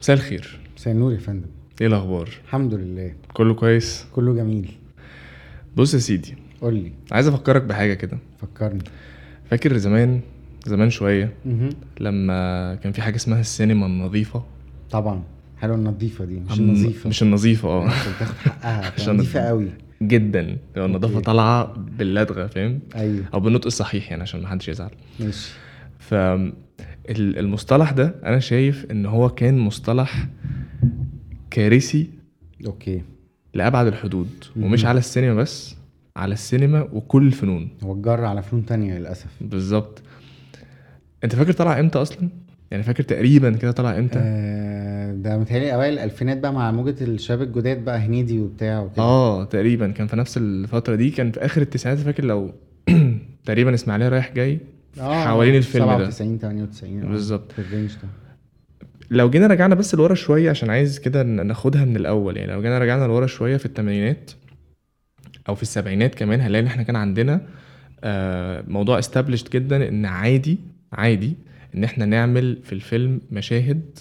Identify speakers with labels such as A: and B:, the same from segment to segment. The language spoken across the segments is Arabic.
A: مساء الخير
B: مساء النور يا فندم
A: ايه الاخبار
B: الحمد لله
A: كله كويس
B: كله جميل
A: بص يا سيدي
B: قول لي
A: عايز افكرك بحاجه كده
B: فكرني
A: فاكر زمان زمان شويه
B: مهم.
A: لما كان في حاجه اسمها السينما النظيفه
B: طبعا حلوه النظيفه دي مش
A: أم-
B: نظيفه
A: مش النظيفه اه
B: عشان تاخد حقها
A: عشان-
B: نظيفه قوي
A: جدا لو النظافه
B: أوكي.
A: طالعه باللدغه فاهم
B: ايوه
A: او بالنطق الصحيح يعني عشان ما حدش يزعل
B: ماشي
A: ف ال- المصطلح ده انا شايف ان هو كان مصطلح كارثي
B: اوكي
A: لابعد الحدود
B: مهم.
A: ومش على السينما بس على السينما وكل الفنون
B: هو اتجر على فنون تانية للاسف
A: بالظبط انت فاكر طلع امتى اصلا يعني فاكر تقريبا كده طلع امتى
B: آه ده متهيألي اوائل الالفينات بقى مع موجه الشباب الجداد بقى هنيدي وبتاع وكده
A: اه تقريبا كان في نفس الفتره دي كان في اخر التسعينات فاكر لو تقريبا اسماعيليه رايح جاي
B: آه،
A: حوالين الفيلم ده.
B: 97 98 آه،
A: بالظبط.
B: في الرينج ده
A: لو جينا رجعنا بس لورا شويه عشان عايز كده ن- ناخدها من الاول يعني لو جينا رجعنا لورا شويه في الثمانينات او في السبعينات كمان هنلاقي ان احنا كان عندنا آه، موضوع استابلشت جدا ان عادي عادي ان احنا نعمل في الفيلم مشاهد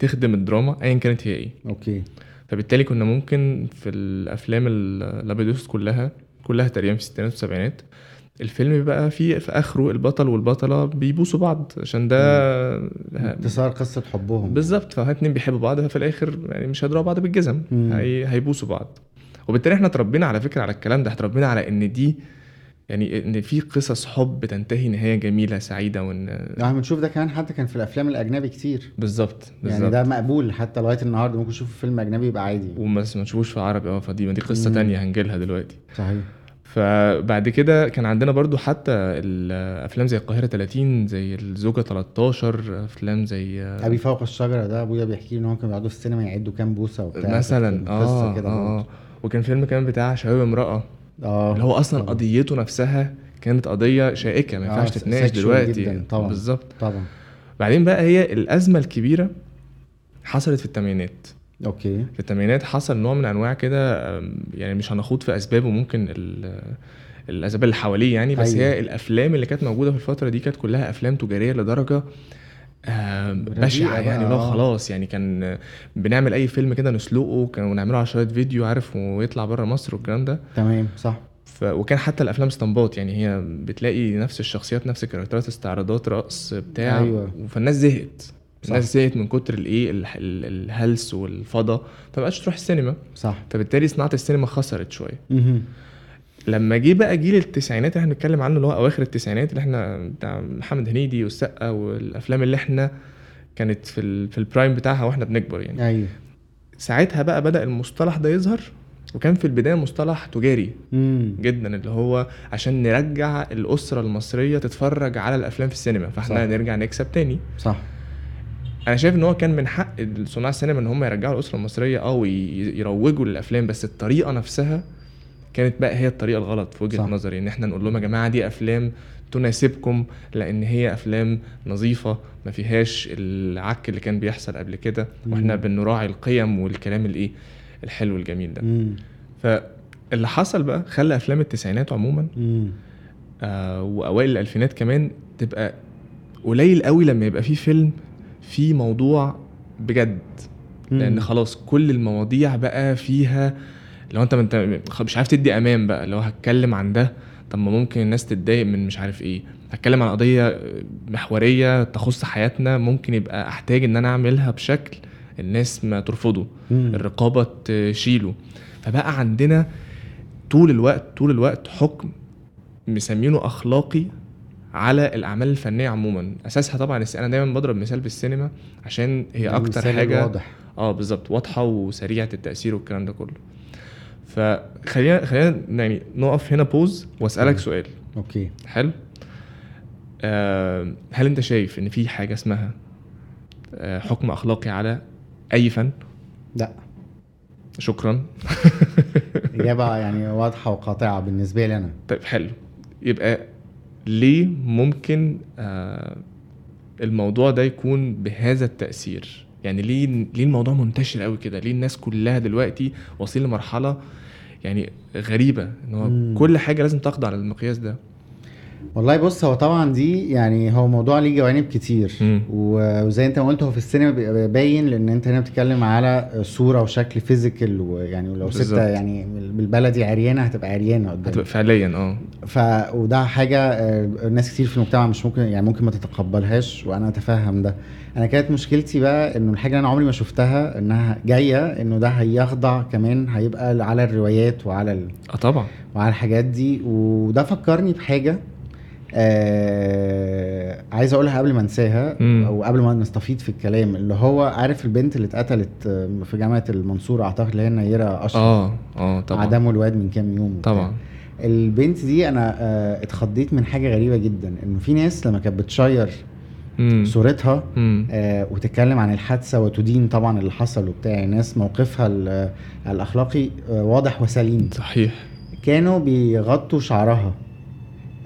A: تخدم الدراما ايا كانت هي ايه
B: اوكي
A: فبالتالي كنا ممكن في الافلام ال- الابيض كلها كلها تقريبا في الستينات والسبعينات الفيلم بقى فيه في اخره البطل والبطله بيبوسوا بعض عشان ده آه.
B: انتصار قصه حبهم
A: بالظبط فهما اتنين بيحبوا بعض ففي الاخر يعني مش هيضربوا بعض بالجزم
B: مم.
A: هي... هيبوسوا بعض وبالتالي احنا اتربينا على فكره على الكلام ده احنا اتربينا على ان دي يعني ان في قصص حب تنتهي نهايه جميله سعيده وان
B: احنا بنشوف آه، ده كمان حتى كان في الافلام الاجنبي كتير
A: بالظبط بالظبط
B: يعني ده مقبول حتى لغايه النهارده ممكن تشوف فيلم اجنبي يبقى عادي
A: وما ما تشوفوش في عربي اه فدي ما دي قصه
B: مم.
A: تانية هنجيلها دلوقتي
B: صحيح
A: فبعد كده كان عندنا برضو حتى الافلام زي القاهره 30 زي الزوجه 13 افلام زي
B: ابي آه. فوق الشجره ده ابويا بيحكي لي ان هو كانوا بيقعدوا في السينما يعدوا كام بوسه وبتاع
A: مثلا
B: قصة
A: اه
B: كده
A: اه
B: برضه.
A: آه. وكان فيلم كمان بتاع شباب امراه
B: اه
A: اللي هو اصلا
B: طبعاً.
A: قضيته نفسها كانت قضيه شائكه ما
B: آه،
A: ينفعش
B: س-
A: تتناقش
B: sexual
A: دلوقتي يعني.
B: جداً طبعاً.
A: بالظبط
B: طبعا
A: بعدين بقى هي الازمه الكبيره حصلت في الثمانينات
B: اوكي
A: في الثمانينات حصل نوع من انواع كده أم، يعني مش هنخوض في اسبابه ممكن ال- الاسباب اللي حواليه يعني بس
B: أيوة.
A: هي الافلام اللي كانت موجوده في الفتره دي كانت كلها افلام تجاريه لدرجه آم،
B: رديئة
A: بشعه
B: بقى،
A: يعني لو
B: آه.
A: خلاص يعني كان بنعمل اي فيلم كده نسلقه كانوا نعمله على شريط فيديو عارف ويطلع بره مصر والكلام ده
B: تمام صح
A: ف... وكان حتى الافلام استنباط يعني هي بتلاقي نفس الشخصيات نفس الكاركترات استعراضات رقص بتاع
B: أيوة.
A: فالناس زهقت
B: صح.
A: الناس زهقت من كتر الايه ال- ال- الهلس والفضا فمبقاش تروح السينما
B: صح
A: فبالتالي صناعه السينما خسرت شويه
B: مهم.
A: لما جه بقى جيل التسعينات اللي احنا بنتكلم عنه اللي هو اواخر التسعينات اللي احنا بتاع محمد هنيدي والسقا والافلام اللي احنا كانت في ال... في البرايم بتاعها واحنا بنكبر يعني
B: ايوه
A: ساعتها بقى بدا المصطلح ده يظهر وكان في البدايه مصطلح تجاري
B: امم
A: جدا اللي هو عشان نرجع الاسره المصريه تتفرج على الافلام في السينما فاحنا
B: صح.
A: صح. نرجع نكسب تاني
B: صح
A: انا شايف ان هو كان من حق صناع السينما ان هم يرجعوا الاسره المصريه اه ويروجوا للافلام بس الطريقه نفسها كانت بقى هي الطريقه الغلط في وجهه
B: صح.
A: صح. نظري ان احنا نقول لهم يا جماعه دي افلام تناسبكم لان هي افلام نظيفه ما فيهاش العك اللي كان بيحصل قبل كده واحنا
B: مم.
A: بنراعي القيم والكلام الايه الحلو الجميل ده
B: امم
A: فاللي حصل بقى خلى افلام التسعينات عموما
B: امم
A: آه، واوائل الالفينات كمان تبقى قليل قوي لما يبقى فيه فيلم فيه موضوع بجد لان خلاص كل المواضيع بقى فيها لو انت انت مش عارف تدي امان بقى لو هتكلم عن ده طب ما ممكن الناس تتضايق من مش عارف ايه هتكلم عن قضيه محوريه تخص حياتنا ممكن يبقى احتاج ان انا اعملها بشكل الناس ما ترفضه الرقابه تشيله فبقى عندنا طول الوقت طول الوقت حكم مسمينه اخلاقي على الاعمال الفنيه عموما اساسها طبعا الس- انا دايما بضرب مثال بالسينما عشان هي اكتر حاجه
B: واضح
A: اه بالظبط واضحه وسريعه التاثير والكلام ده كله فخلينا خلينا يعني نقف هنا بوز
B: مم.
A: واسالك سؤال
B: اوكي
A: حلو آه هل انت شايف ان في حاجه اسمها آه حكم اخلاقي على اي فن
B: لا
A: شكرا
B: اجابه يعني واضحه وقاطعه بالنسبه لي انا
A: طيب حلو يبقى ليه ممكن آه الموضوع ده يكون بهذا التأثير يعني ليه ليه الموضوع منتشر قوي كده ليه الناس كلها دلوقتي واصلين لمرحلة يعني غريبة ان هو
B: مم. أيوة.
A: كل حاجة لازم تخضع للمقياس ده
B: والله بص هو طبعا دي يعني هو موضوع ليه جوانب كتير
A: مم.
B: و- وزي انت ما قلت هو في السينما بيبقى باين لان انت هنا بتتكلم على صوره وشكل فيزيكال ويعني ولو
A: بالظبط.
B: ستة يعني بالبلدي عريانه هتبقى عريانه قدام
A: هتبقى فعليا اه
B: ف وده حاجه آه، ناس كتير في المجتمع مش ممكن يعني ممكن ما تتقبلهاش وانا اتفهم ده انا كانت مشكلتي بقى انه الحاجه اللي انا عمري ما شفتها انها جايه انه ده هيخضع كمان هيبقى على الروايات وعلى ال...
A: اه طبعا
B: وعلى الحاجات دي وده فكرني بحاجه آه عايز اقولها قبل ما انساها
A: مم.
B: او قبل ما نستفيد في الكلام اللي هو عارف البنت اللي اتقتلت آه، في جامعه المنصوره اعتقد اللي هي نيره اشرف
A: اه اه طبعا
B: عدموا الواد من كام يوم وبتاع.
A: طبعا
B: البنت دي انا آه، اتخضيت من حاجه غريبه جدا انه في ناس لما كانت بتشير
A: مم.
B: صورتها
A: مم.
B: آه، وتتكلم عن الحادثه وتدين طبعا اللي حصل وبتاع الناس موقفها ال- الاخلاقي آه، واضح وسليم
A: صحيح
B: كانوا بيغطوا شعرها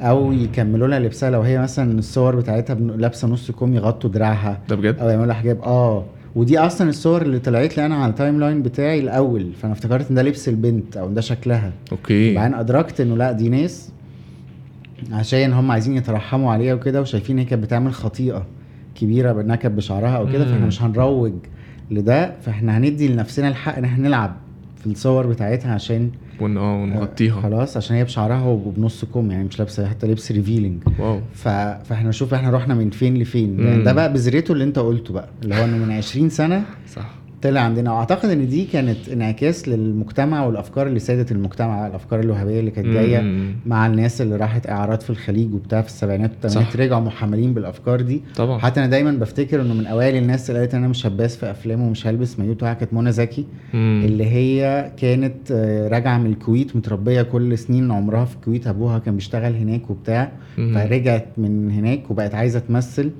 B: او يكملوا لها لبسها لو هي مثلا الصور بتاعتها بن- لابسه نص كم يغطوا دراعها
A: ده بجد
B: او يعملوا لها حجاب اه ودي اصلا الصور اللي طلعت لي انا على التايم لاين بتاعي الاول فانا افتكرت ان ده لبس البنت او ده شكلها
A: اوكي
B: بعدين ادركت انه لا دي ناس عشان هم عايزين يترحموا عليها وكده وشايفين هي كانت بتعمل خطيئه كبيره بانها كانت بشعرها او كده فاحنا
A: مم.
B: مش هنروج لده فاحنا هندي لنفسنا الحق ان احنا نلعب في الصور بتاعتها عشان
A: ون... اه ونغطيها
B: خلاص عشان هي بشعرها وبنص كم يعني مش لابسه حتى لبس ريفيلينج
A: واو
B: ف... فاحنا شوف احنا رحنا من فين لفين يعني
A: مم.
B: ده بقى بذرته اللي انت قلته بقى اللي هو انه من 20 سنه
A: صح
B: طلع عندنا واعتقد ان دي كانت انعكاس للمجتمع والافكار اللي سادت المجتمع الافكار الوهابيه اللي كانت جايه
A: مم.
B: مع الناس اللي راحت اعراض في الخليج وبتاع في السبعينات والثمانينات
A: صح. آه.
B: رجعوا محملين بالافكار دي
A: طبعا
B: حتى انا دايما بفتكر انه من اوائل الناس اللي قالت انا مش هباس في افلام ومش هلبس مايو بتاعها كانت منى زكي
A: مم.
B: اللي هي كانت آه، راجعه من الكويت متربيه كل سنين عمرها في الكويت ابوها كان بيشتغل هناك وبتاع
A: مم.
B: فرجعت من هناك وبقت عايزه تمثل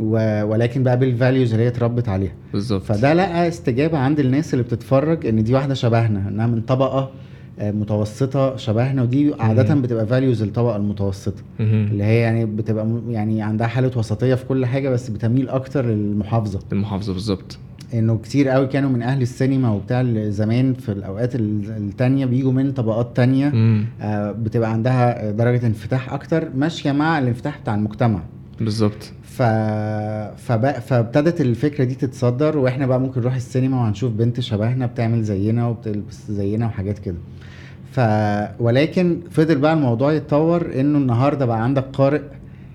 B: و... ولكن بقى بالفاليوز اللي هي اتربت عليها
A: بالظبط
B: فده لقى استجابه عند الناس اللي بتتفرج ان دي واحده شبهنا انها من طبقه آه، متوسطه شبهنا ودي عاده
A: مم.
B: بتبقى فاليوز الطبقه المتوسطه
A: مم.
B: اللي هي يعني بتبقى م- يعني عندها حاله وسطيه في كل حاجه بس بتميل اكتر للمحافظه
A: المحافظه بالظبط
B: انه كتير قوي كانوا من اهل السينما وبتاع زمان في الاوقات ال- التانية بيجوا من طبقات تانية
A: مم.
B: آه، بتبقى عندها درجه انفتاح اكتر ماشيه مع الانفتاح بتاع المجتمع
A: بالظبط
B: ف... فبقى... فابتدت الفكره دي تتصدر واحنا بقى ممكن نروح السينما وهنشوف بنت شبهنا بتعمل زينا وبتلبس زينا وحاجات كده ف ولكن فضل بقى الموضوع يتطور انه النهارده بقى عندك قارئ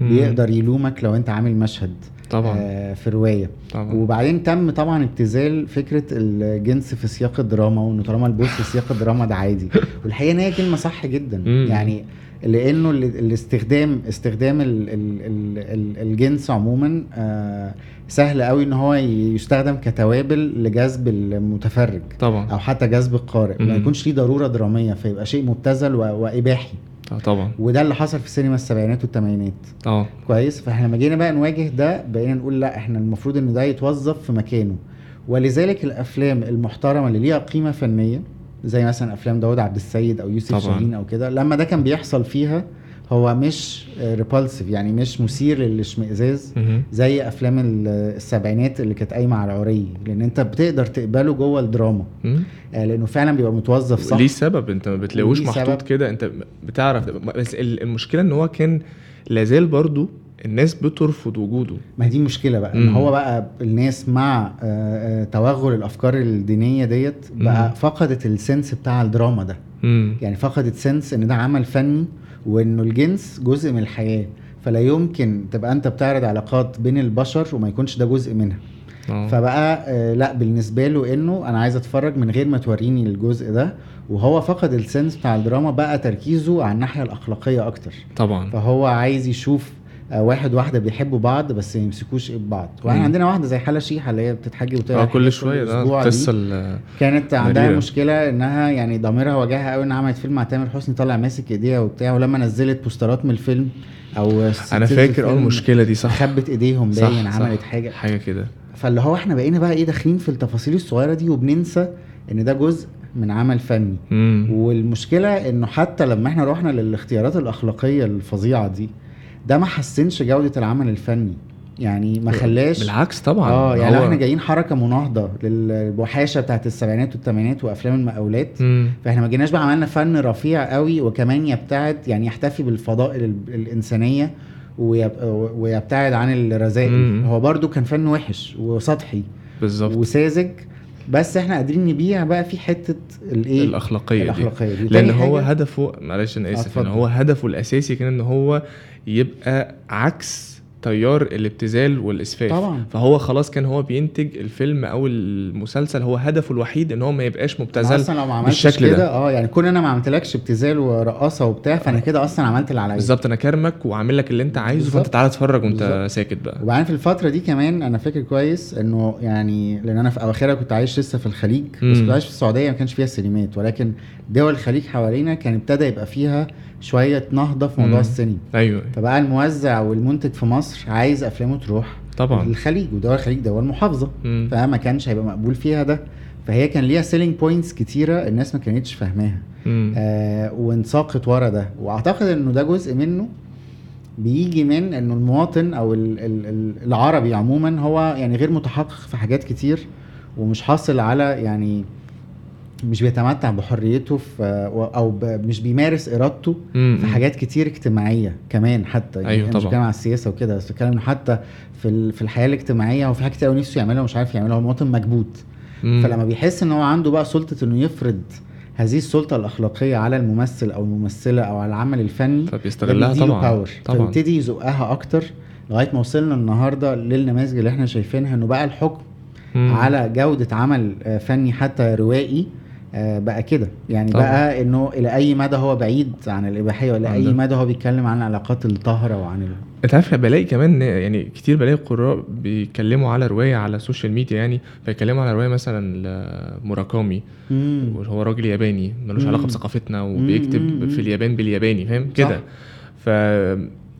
A: مم.
B: بيقدر يلومك لو انت عامل مشهد
A: طبعا
B: آه في روايه
A: طبعا
B: وبعدين تم طبعا ابتذال فكره الجنس في سياق الدراما وانه طالما البوس في سياق الدراما ده عادي والحقيقه ان هي كلمه صح جدا
A: مم.
B: يعني لانه ال- الاستخدام استخدام ال ال ال ال الجنس عموما آه سهل قوي ان هو ي- يستخدم كتوابل لجذب المتفرج
A: طبعا
B: او حتى جذب القارئ ما
A: مم.
B: يكونش ليه ضروره دراميه فيبقى شيء مبتذل و- واباحي
A: آه، طبعا
B: وده اللي حصل في السينما السبعينات والثمانينات
A: اه
B: كويس فاحنا لما جينا بقى نواجه ده بقينا نقول لا احنا المفروض ان ده يتوظف في مكانه ولذلك الافلام المحترمه اللي ليها قيمه فنيه زي مثلا افلام داود عبد السيد او يوسف
A: طبعاً.
B: شاهين او كده لما ده كان بيحصل فيها هو مش ريبالسيف يعني مش مثير للاشمئزاز
A: مم.
B: زي افلام ال- السبعينات اللي كانت قايمه على العري لان انت بتقدر تقبله جوه الدراما
A: مم.
B: آه، لانه فعلا بيبقى متوظف صح
A: ليه سبب انت ما بتلاقوش
B: وليه
A: محطوط
B: سبب.
A: كده انت بتعرف بس ال- المشكله ان هو كان لازال برضو الناس بترفض وجوده
B: ما دي مشكله بقى ان
A: مم.
B: هو بقى الناس مع آه، آه، توغل الافكار الدينيه ديت بقى
A: مم.
B: فقدت السنس بتاع الدراما ده
A: مم.
B: يعني فقدت سنس ان ده عمل فني وانه الجنس جزء من الحياه فلا يمكن تبقى انت بتعرض علاقات بين البشر وما يكونش ده جزء منها يعني
A: اه
B: فبقى آه، لا بالنسبه له انه انا عايز اتفرج من غير ما توريني الجزء ده وهو فقد السنس بتاع الدراما بقى تركيزه على الناحيه الاخلاقيه اكتر
A: طبعا
B: فهو عايز يشوف آه، واحد واحده بيحبوا بعض بس ما يمسكوش ايد بعض واحنا
A: مم.
B: عندنا واحده زي حلا شيحه اللي هي بتتحجب وتقرا
A: اه كل شويه ده قصه ال-
B: كانت عندها
A: مريرة.
B: مشكله انها يعني ضميرها وجعها قوي انها عملت فيلم مع تامر حسني طالع ماسك ايديها وبتاع ولما نزلت بوسترات من الفيلم او
A: انا فاكر اه المشكله دي صح
B: خبت ايديهم
A: صح،
B: باين
A: صح.
B: عملت حاجه
A: حاجه كده
B: فاللي هو احنا بقينا بقى ايه داخلين في التفاصيل الصغيره دي وبننسى ان ده جزء من عمل فني
A: مم.
B: والمشكله انه حتى لما احنا رحنا للاختيارات الاخلاقيه الفظيعه دي ده ما حسنش جوده العمل الفني يعني ما خلاش
A: آه، بالعكس طبعا
B: اه يعني لو
A: هو-
B: احنا جايين حركه مناهضه للوحاشه بتاعت السبعينات والثمانينات وافلام المقاولات
A: مم.
B: فاحنا ما جيناش بقى عملنا فن رفيع قوي وكمان يبتعد يعني يحتفي بالفضائل ال- الانسانيه ويب- ويبتعد عن الرذائل
A: مم.
B: هو برضو كان فن وحش وسطحي
A: بالظبط
B: وساذج بس احنا قادرين نبيع بقى في حته الايه
A: الاخلاقيه دي
B: الاخلاقيه دي طيب.
A: لان
B: تاني
A: طيب. هو
B: حاجة-
A: هدفه معلش انا اسف ان
B: اتفضل.
A: هو هدفه الاساسي كان ان هو يبقى عكس تيار الابتذال والاسفاف
B: طبعا.
A: فهو خلاص كان هو بينتج الفيلم او المسلسل هو هدفه الوحيد ان هو ما يبقاش
B: أنا
A: مبتذل
B: اصلا لو ما عملتش
A: بالشكل ده.
B: كده اه يعني كون انا ما عملتلكش ابتذال ورقصه وبتاع فانا كده اصلا عملت اللي عليا
A: بالظبط انا كارمك وعامل لك اللي انت عايزه فانت
B: بالظبط.
A: تعالى اتفرج وانت
B: بالظبط.
A: ساكت بقى
B: وبعدين في الفترة دي كمان أنا فاكر كويس إنه يعني لأن أنا في أواخرها كنت عايش لسه في الخليج بس
A: مم.
B: كنت عايش في السعودية ما كانش فيها سينمات ولكن دول الخليج حوالينا كان ابتدى يبقى فيها شوية نهضة في موضوع
A: مم.
B: السينما
A: ايوه
B: فبقى الموزع والمنتج في مصر عايز أفلامه تروح
A: طبعا
B: للخليج ودول الخليج دول محافظة
A: مم.
B: فما كانش هيبقى مقبول فيها ده فهي كان ليها سيلينج بوينتس كتيرة الناس ما كانتش فاهماها
A: مم.
B: آه وانساقت ورا ده واعتقد انه ده جزء منه بيجي من انه المواطن او ال ال ال العربي عموما هو يعني غير متحقق في حاجات كتير ومش حاصل على يعني مش بيتمتع بحريته في آه، او ب- مش بيمارس ارادته
A: مم.
B: في حاجات كتير اجتماعيه كمان حتى يعني
A: أيوة
B: أنا مش
A: طبعاً.
B: بتكلم على السياسه وكده بس بتكلم إنه حتى في ال- في الحياه الاجتماعيه هو في حاجات كتير قوي نفسه يعملها ومش عارف يعملها هو مواطن مكبوت
A: مم.
B: فلما بيحس ان هو عنده بقى سلطه انه يفرض هذه السلطه الاخلاقيه على الممثل او الممثله او على العمل الفني
A: فبيستغلها
B: بيديله
A: طبعا
B: power.
A: طبعا
B: فبيبتدي يزقها اكتر لغايه ما وصلنا النهارده للنماذج اللي احنا شايفينها انه بقى الحكم
A: مم.
B: على جوده عمل آه، فني حتى روائي آه، بقى كده يعني
A: طبعاً.
B: بقى انه الى اي مدى هو بعيد عن الاباحيه ولا اي
A: عندك.
B: مدى هو بيتكلم عن العلاقات الطاهره وعن ال...
A: انت عارف بلاقي كمان يعني كتير بلاقي قراء بيتكلموا على روايه على السوشيال ميديا يعني فيتكلموا على روايه مثلا لموراكامي
B: مم.
A: وهو راجل ياباني ملوش
B: مم.
A: علاقه بثقافتنا
B: مم، مم،
A: وبيكتب
B: مم.
A: في اليابان بالياباني فاهم
B: صح.
A: كده ف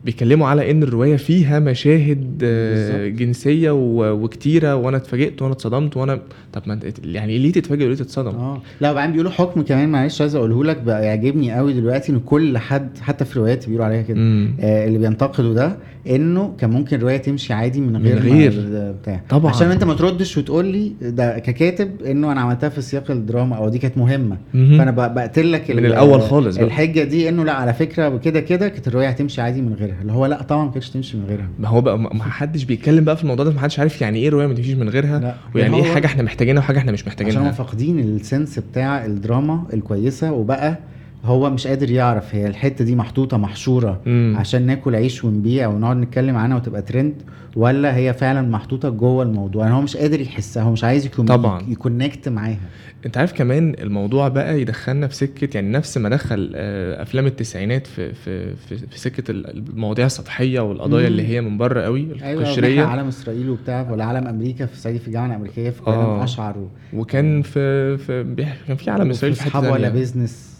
A: بيتكلموا على ان الروايه فيها مشاهد آه،
B: بالظبط.
A: جنسيه و- وكتيره وانا اتفاجئت وانا اتصدمت وانا طب ما انت يعني ليه تتفاجئ وليه تتصدم؟
B: اه لا وبعدين بيقولوا حكم كمان معلش عايز اقوله لك بقى يعجبني قوي دلوقتي ان كل حد حتى في روايات بيقولوا عليها كده
A: مم.
B: آه اللي بينتقدوا ده انه كان ممكن روايه تمشي عادي من
A: من
B: غير ما-
A: غير.
B: بتاع
A: طبعا
B: عشان انت ما تردش وتقول لي ده ككاتب انه انا عملتها في سياق الدراما او دي كانت مهمه
A: مهم.
B: فانا ب- بقتل لك
A: من
B: ال-
A: الأول خالص بقى.
B: الحجه دي انه لا على فكره كده كده كانت الروايه هتمشي عادي من غيرها اللي هو لا طبعا ما كانتش تمشي من غيرها
A: ما هو بقى ما ما حدش بيتكلم بقى في الموضوع ده ما حدش عارف يعني ايه روايه ما تمشيش من غيرها
B: لا يعني
A: ويعني ايه
B: هو-
A: حاجه احنا محتاجينها وحاجه احنا مش
B: عشان هم
A: محتاجينها
B: فاقدين السنس بتاع الدراما الكويسه وبقى هو مش قادر يعرف هي الحته دي محطوطه محشوره
A: مم.
B: عشان ناكل عيش ونبيع ونقعد نتكلم عنها وتبقى ترند ولا هي فعلا محطوطه جوه الموضوع يعني هو مش قادر يحسها هو مش عايز يكون
A: طبعاً.
B: يكونكت معاها
A: انت عارف كمان الموضوع بقى يدخلنا في سكه يعني نفس ما دخل آه، افلام التسعينات في في في, في سكه ال- المواضيع السطحيه والقضايا
B: مم.
A: اللي هي من بره قوي
B: ايوه
A: القشريه
B: علم اسرائيل وبتاع ولا علم امريكا في صعيدي في الجامعه الامريكيه في
A: آه.
B: كلام اشعر و-
A: وكان في, في بيح- كان في علم اسرائيل في
B: وفي
A: حته
B: أصحاب ولا
A: تانية.
B: بيزنس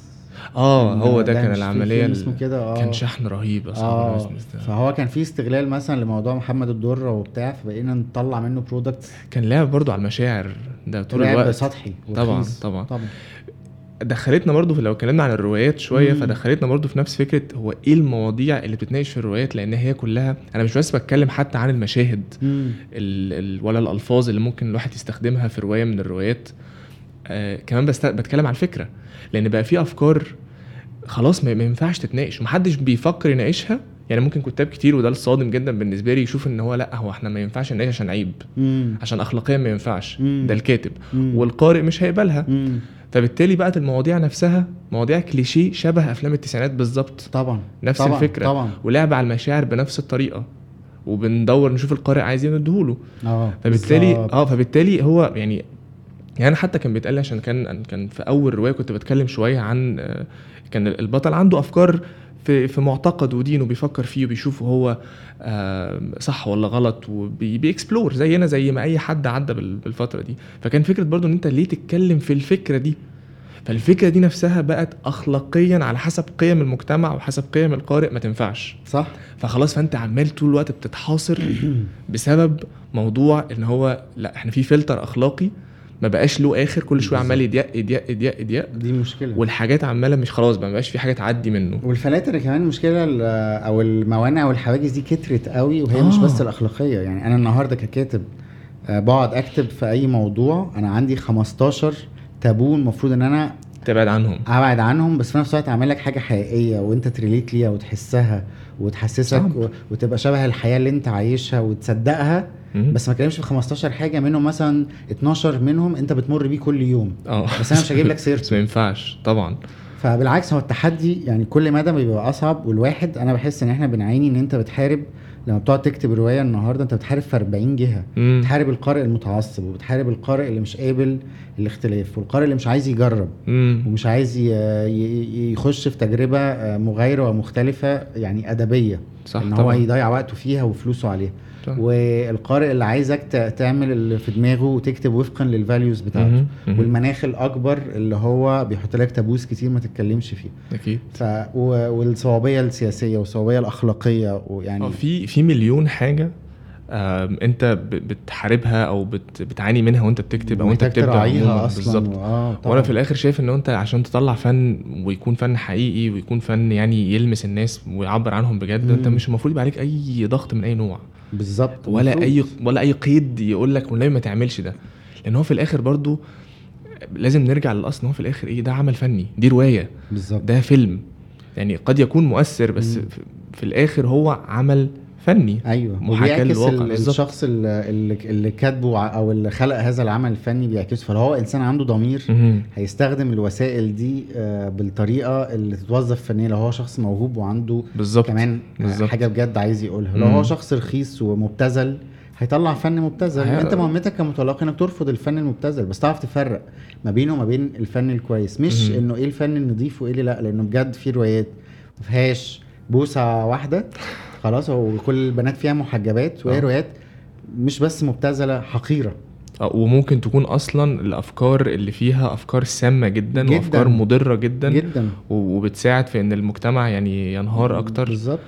A: اه هو ده كان
B: مش في
A: العمليه
B: فيلم
A: ال-
B: اسمه كده اه
A: كان شحن رهيب اصلا
B: اه فهو كان في استغلال مثلا لموضوع محمد الدره وبتاع فبقينا نطلع منه برودكت
A: كان لعب برضو على المشاعر ده طول
B: لعب
A: الوقت
B: سطحي
A: طبعاً،
B: ورخيص.
A: طبعاً.
B: طبعا
A: دخلتنا برضو في لو اتكلمنا عن الروايات شويه
B: مم.
A: فدخلتنا برضو في نفس فكره هو ايه المواضيع اللي بتتناقش في الروايات لان هي كلها انا مش بس بتكلم حتى عن المشاهد
B: مم.
A: ال ال ولا الالفاظ اللي ممكن الواحد يستخدمها في روايه من الروايات آه كمان بست... بتكلم عن الفكره لان بقى في افكار خلاص ما ما ينفعش تتناقش ومحدش بيفكر يناقشها يعني ممكن كتاب كتير وده الصادم جدا بالنسبه لي يشوف ان هو لا هو احنا ما ينفعش نناقش عشان عيب
B: مم.
A: عشان اخلاقيا ما ينفعش
B: مم.
A: ده الكاتب
B: مم.
A: والقارئ مش هيقبلها
B: مم.
A: فبالتالي بقت المواضيع نفسها مواضيع كليشيه شبه افلام التسعينات بالظبط
B: طبعا
A: نفس
B: طبعا.
A: الفكرة.
B: طبعا
A: ولعب على المشاعر بنفس الطريقه وبندور نشوف القارئ عايز ايه نديهوله
B: اه
A: فبالتالي
B: بالظبط.
A: اه فبالتالي هو يعني يعني أنا حتى كان بيتقال لي عشان كان كان في اول روايه كنت بتكلم شويه عن آه، كان البطل عنده افكار في في معتقد ودينه بيفكر فيه وبيشوف هو آه، صح ولا غلط وبيكسبلور زينا زي ما اي حد عدى بال- بالفتره دي فكان فكره برضو ان انت ليه تتكلم في الفكره دي فالفكره دي نفسها بقت اخلاقيا على حسب قيم المجتمع وحسب قيم القارئ ما تنفعش
B: صح
A: فخلاص فانت عمال طول الوقت آه. بتتحاصر بسبب موضوع ان هو لا احنا في فلتر اخلاقي ما بقاش له اخر كل شويه عمال يضيق يضيق يضيق يضيق
B: دي مشكله
A: والحاجات عماله مش خلاص بقى ما بقاش في حاجه تعدي منه
B: والفلاتر كمان مشكله ال- او الموانع والحواجز دي كترت قوي وهي آه. مش
A: آه.
B: بس الاخلاقيه يعني انا النهارده ككاتب آه، بقعد اكتب في اي موضوع انا عندي 15 تابو المفروض ان انا
A: تبعد عنهم
B: ابعد عنهم بس في نفس الوقت اعمل لك حاجه حقيقيه وانت تريليت ليها وتحسها وتحسسك
A: صعب.
B: و... وتبقى شبه الحياه اللي انت عايشها وتصدقها
A: مم.
B: بس ما اتكلمش في 15 حاجه منهم مثلا 12 منهم انت بتمر بيه كل يوم
A: اه
B: بس انا مش هجيب لك
A: بس ما
B: سيرته
A: ينفعش طبعا
B: فبالعكس هو التحدي يعني كل مدى بيبقى اصعب والواحد انا بحس ان احنا بنعاني ان انت بتحارب لما بتقعد تكتب روايه النهارده انت بتحارب في 40 جهه
A: مم.
B: بتحارب القارئ المتعصب وبتحارب القارئ اللي مش قابل الاختلاف والقارئ اللي مش عايز يجرب
A: مم.
B: ومش عايز ي- ي- يخش في تجربه آه، مغايره ومختلفه يعني ادبيه
A: صح
B: ان هو
A: طبعا
B: يضيع وقته فيها وفلوسه عليها
A: صح.
B: والقارئ اللي عايزك ت- تعمل اللي في دماغه وتكتب وفقا للفاليوز بتاعته
A: مم. مم.
B: والمناخ الاكبر اللي هو بيحط لك تابوز كتير ما تتكلمش فيه
A: اكيد
B: ف... و... والصعوبيه السياسيه والصعوبيه الاخلاقيه ويعني
A: اه في في مليون حاجه آم، انت ب- بتحاربها او بت بتعاني منها وانت بتكتب او انت
B: محتاج
A: بتبدع عموماً.
B: تراعيها اصلا
A: بالظبط
B: آه
A: وانا في الاخر شايف ان انت عشان تطلع فن ويكون فن حقيقي ويكون فن يعني يلمس الناس ويعبر عنهم بجد انت
B: مم.
A: مش المفروض يبقى عليك اي ضغط من اي نوع
B: بالظبط
A: ولا
B: المفروض.
A: اي ولا اي قيد يقول لك والنبي ما تعملش ده لان هو في الاخر برضو لازم نرجع للاصل إن هو في الاخر ايه ده عمل فني دي روايه
B: بالظبط
A: ده فيلم يعني قد يكون مؤثر بس
B: مم.
A: في- في الاخر هو عمل فني
B: ايوه
A: محاكاة
B: وبيعكس
A: للواقع،
B: ال-
A: بالظبط.
B: الشخص اللي, اللي اللي كاتبه ع- او اللي خلق هذا العمل الفني بيعكسه فهو انسان عنده ضمير
A: مهم.
B: هيستخدم الوسائل دي آه، بالطريقه اللي تتوظف فنيا لو هو شخص موهوب وعنده
A: بالظبط
B: كمان آه،
A: بالظبط.
B: حاجه بجد عايز يقولها لو
A: مم.
B: هو شخص رخيص ومبتذل هيطلع فن مبتذل
A: هي-
B: انت مهمتك كمتلقي انك ترفض الفن المبتذل بس تعرف تفرق ما بينه وما بين الفن الكويس مش
A: مم.
B: انه ايه الفن النضيف وايه اللي لا لانه بجد في روايات ما فيهاش بوسه واحده خلاص هو كل البنات فيها محجبات وهي
A: آه.
B: روايات مش بس مبتذله حقيره
A: آه، وممكن تكون اصلا الافكار اللي فيها افكار سامه جدا,
B: جداً.
A: وافكار مضره جدا, جدا.
B: جدا
A: وبتساعد في ان المجتمع يعني ينهار اكتر
B: بالظبط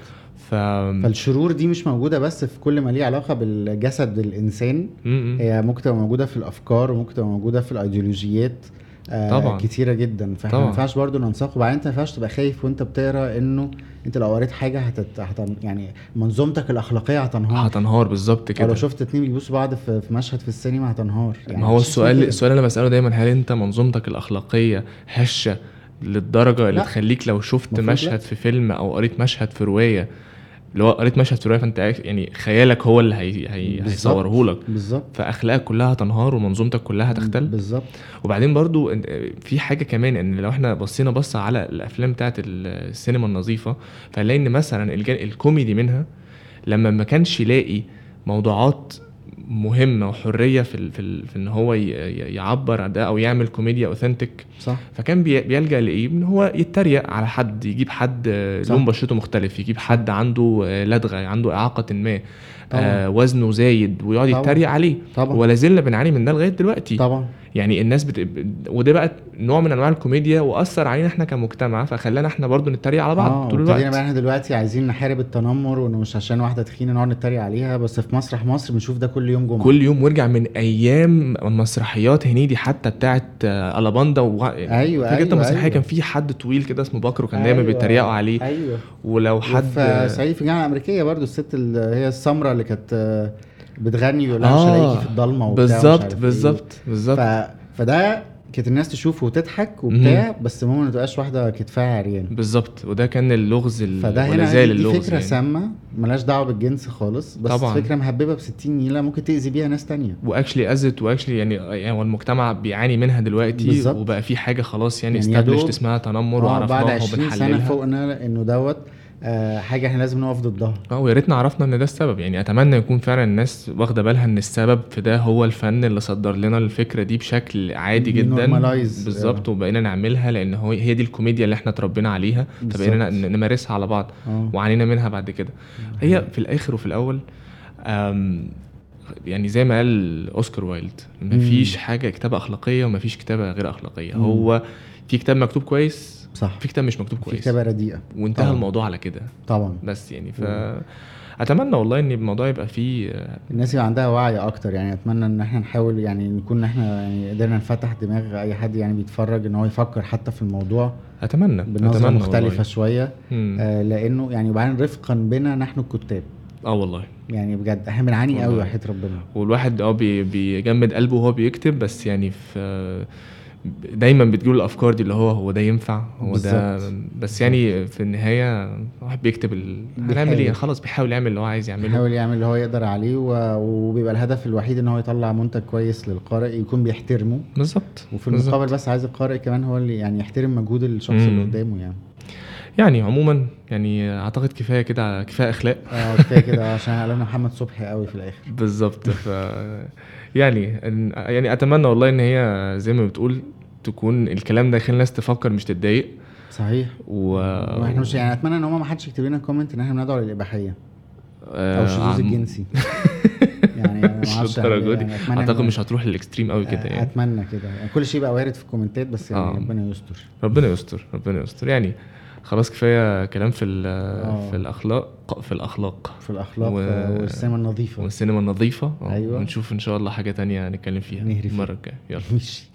A: ف
B: فالشرور دي مش موجوده بس في كل ما ليه علاقه بالجسد الانسان
A: م- م.
B: هي ممكن تبقى موجوده في الافكار وممكن تبقى موجوده في الايديولوجيات آه
A: طبعاً.
B: كتيره جدا فاحنا ما
A: طبعاً.
B: ينفعش برضه ننساق وبعدين انت ما ينفعش تبقى خايف وانت بتقرا انه انت لو قريت حاجه هتت... هتن... يعني منظومتك الاخلاقيه هتنهار
A: هتنهار بالظبط
B: او لو
A: آه، كده
B: شفت اتنين بيبوسوا بعض في... في مشهد في السينما هتنهار يعني
A: ما هو
B: مش
A: السؤال
B: كده.
A: السؤال اللي انا بساله دايما هل انت منظومتك الاخلاقيه هشه للدرجه اللي
B: لا.
A: تخليك لو شفت
B: مفروض لا.
A: مشهد في فيلم او قريت مشهد في روايه لو قريت مشهد في روايه فانت عارف- يعني خيالك هو اللي هي... هي...
B: بالظبط.
A: يعني هيصوره لك
B: بالظبط
A: فاخلاقك كلها هتنهار ومنظومتك كلها هتختل
B: بالظبط
A: وبعدين برضو إن- في حاجه كمان ان لو احنا بصينا بصه على الافلام بتاعت السينما النظيفه فنلاقي ان مثلا الج- الكوميدي منها لما ما كانش يلاقي موضوعات مهمه وحريه في ال- في, ال- في ان هو ي- ي- يعبر عن ده او يعمل كوميديا اوثنتيك
B: صح
A: فكان بي- بيلجا لايه ان هو يتريق على حد يجيب حد آه،
B: صح.
A: لون بشرته مختلف يجيب حد عنده آه، لدغه عنده اعاقه ما
B: طبعاً.
A: آه وزنه زايد ويقعد
B: طبعاً.
A: يتريق عليه
B: طبعا
A: ولا زلنا بنعاني من ده لغايه دلوقتي
B: طبعا
A: يعني الناس بت... وده بقى نوع من انواع الكوميديا واثر علينا احنا كمجتمع فخلانا احنا برضو نتريق على بعض
B: آه،
A: طول
B: وابتدينا بقى
A: الوقت
B: احنا دلوقتي عايزين نحارب التنمر وانه مش عشان واحده تخينه نقعد نتريق عليها بس في مسرح مصر بنشوف ده كل يوم جمعه
A: كل يوم وارجع من ايام مسرحيات هنيدي حتى بتاعت آه، الاباندا و...
B: أيوة،
A: فاكر انت
B: أيوة،
A: مسرحيه
B: أيوة.
A: كان في حد طويل كده اسمه بكر وكان دايما
B: أيوة،
A: بيتريقوا عليه
B: ايوه
A: ولو
B: حد
A: حد
B: في صعيدي في الجامعه الامريكيه برضو الست اللي هي السمراء اللي كانت آه، بتغني يقول لها مش
A: آه،
B: هلاقيكي في الضلمه وبتاع ومش عارف
A: بالظبط
B: إيه.
A: بالظبط بالظبط
B: ف... فده كانت الناس تشوفه وتضحك وبتاع بس المهم ما تبقاش واحده كتفها عريان
A: بالظبط وده كان اللغز ال...
B: فده
A: ولا
B: هنا
A: زال
B: دي
A: اللغز
B: فكره يعني. سامه ملهاش دعوه بالجنس خالص بس
A: طبعاً.
B: فكره مهببه ب 60 نيله ممكن تاذي بيها ناس تانية
A: واكشلي ازت واكشلي يعني يعني هو المجتمع بيعاني منها دلوقتي
B: بالظبط.
A: وبقى في حاجه خلاص يعني,
B: يعني يا دوب-
A: استابلشت اسمها تنمر
B: آه، بعد
A: وعرفناها
B: 20 سنه
A: وبنحللها
B: فوقنا انه دوت آه حاجه احنا لازم نقف ضدها
A: اه ويا ريتنا عرفنا ان ده السبب يعني اتمنى يكون فعلا الناس واخده بالها ان السبب في ده هو الفن اللي صدر لنا الفكره دي بشكل عادي جدا
B: Normalize.
A: بالظبط وبقينا نعملها لان هو هي دي الكوميديا اللي احنا اتربينا عليها فبقينا
B: بالظبط.
A: ن- نمارسها على بعض
B: اه
A: وعانينا منها بعد كده هي في الاخر وفي الاول أم، يعني زي ما قال اوسكار وايلد مفيش حاجه كتابه اخلاقيه ومفيش كتابه غير اخلاقيه
B: مم.
A: هو في كتاب مكتوب كويس
B: صح
A: في كتاب مش مكتوب
B: في
A: كويس
B: كتابه رديئه
A: وانتهى
B: طبعا.
A: الموضوع على كده
B: طبعا
A: بس يعني ف
B: مم.
A: اتمنى والله ان الموضوع يبقى فيه آه،
B: الناس يبقى عندها وعي اكتر يعني اتمنى ان احنا نحاول يعني نكون احنا يعني قدرنا نفتح دماغ اي حد يعني بيتفرج ان هو يفكر حتى في الموضوع
A: اتمنى
B: بنظره
A: اتمنى
B: مختلفه
A: والله.
B: شويه
A: مم.
B: آه لانه يعني وبعدين رفقا بنا نحن الكتاب
A: اه والله
B: يعني بجد احنا بنعاني قوي
A: والله.
B: وحياه ربنا
A: والواحد اه بي- بيجمد قلبه وهو بيكتب بس يعني في آه، دايما بتجيله الافكار دي اللي هو هو ده ينفع هو ده
B: بالظبط.
A: بس يعني في النهايه الواحد بيكتب ال... هنعمل ايه
B: بيحاول.
A: خلاص بيحاول يعمل اللي هو عايز يعمله
B: بيحاول يعمل اللي هو يقدر عليه و- وبيبقى الهدف الوحيد ان هو يطلع منتج كويس للقارئ يكون بيحترمه
A: بالظبط
B: وفي
A: بالظبط.
B: المقابل بس عايز القارئ كمان هو اللي يعني يحترم مجهود الشخص
A: مم.
B: اللي قدامه يعني
A: يعني عموما يعني اعتقد كفايه كده كفايه اخلاق
B: اه كفايه كده عشان قلبنا محمد صبحي قوي في الاخر
A: بالظبط ف يعني إن- يعني اتمنى والله ان هي زي ما بتقول تكون الكلام ده يخلي الناس تفكر مش تتضايق
B: صحيح
A: و
B: واحنا مش يعني اتمنى ان هم ما حدش يكتب لنا كومنت ان احنا بندعو للاباحيه او
A: آه،
B: الشذوذ
A: عم-
B: الجنسي يعني أنا ما
A: مش
B: أعرفش
A: للدرجه
B: أعمل
A: دي
B: إيه، يعني أتمنى
A: اعتقد
B: إن-
A: مش هتروح للاكستريم قوي
B: آه،
A: كده يعني
B: اتمنى كده يعني كل شيء بقى وارد في الكومنتات بس يعني
A: آه.
B: ربنا يستر
A: ربنا يستر ربنا يستر يعني خلاص كفايه كلام في ال-
B: آه.
A: في الاخلاق في الاخلاق
B: في الاخلاق
A: و-
B: و... والسينما النظيفه
A: والسينما النظيفه آه،
B: أيوة.
A: ونشوف ان شاء الله حاجه تانية نتكلم فيها
B: نهري فيها.
A: المره الجايه يلا
B: ماشي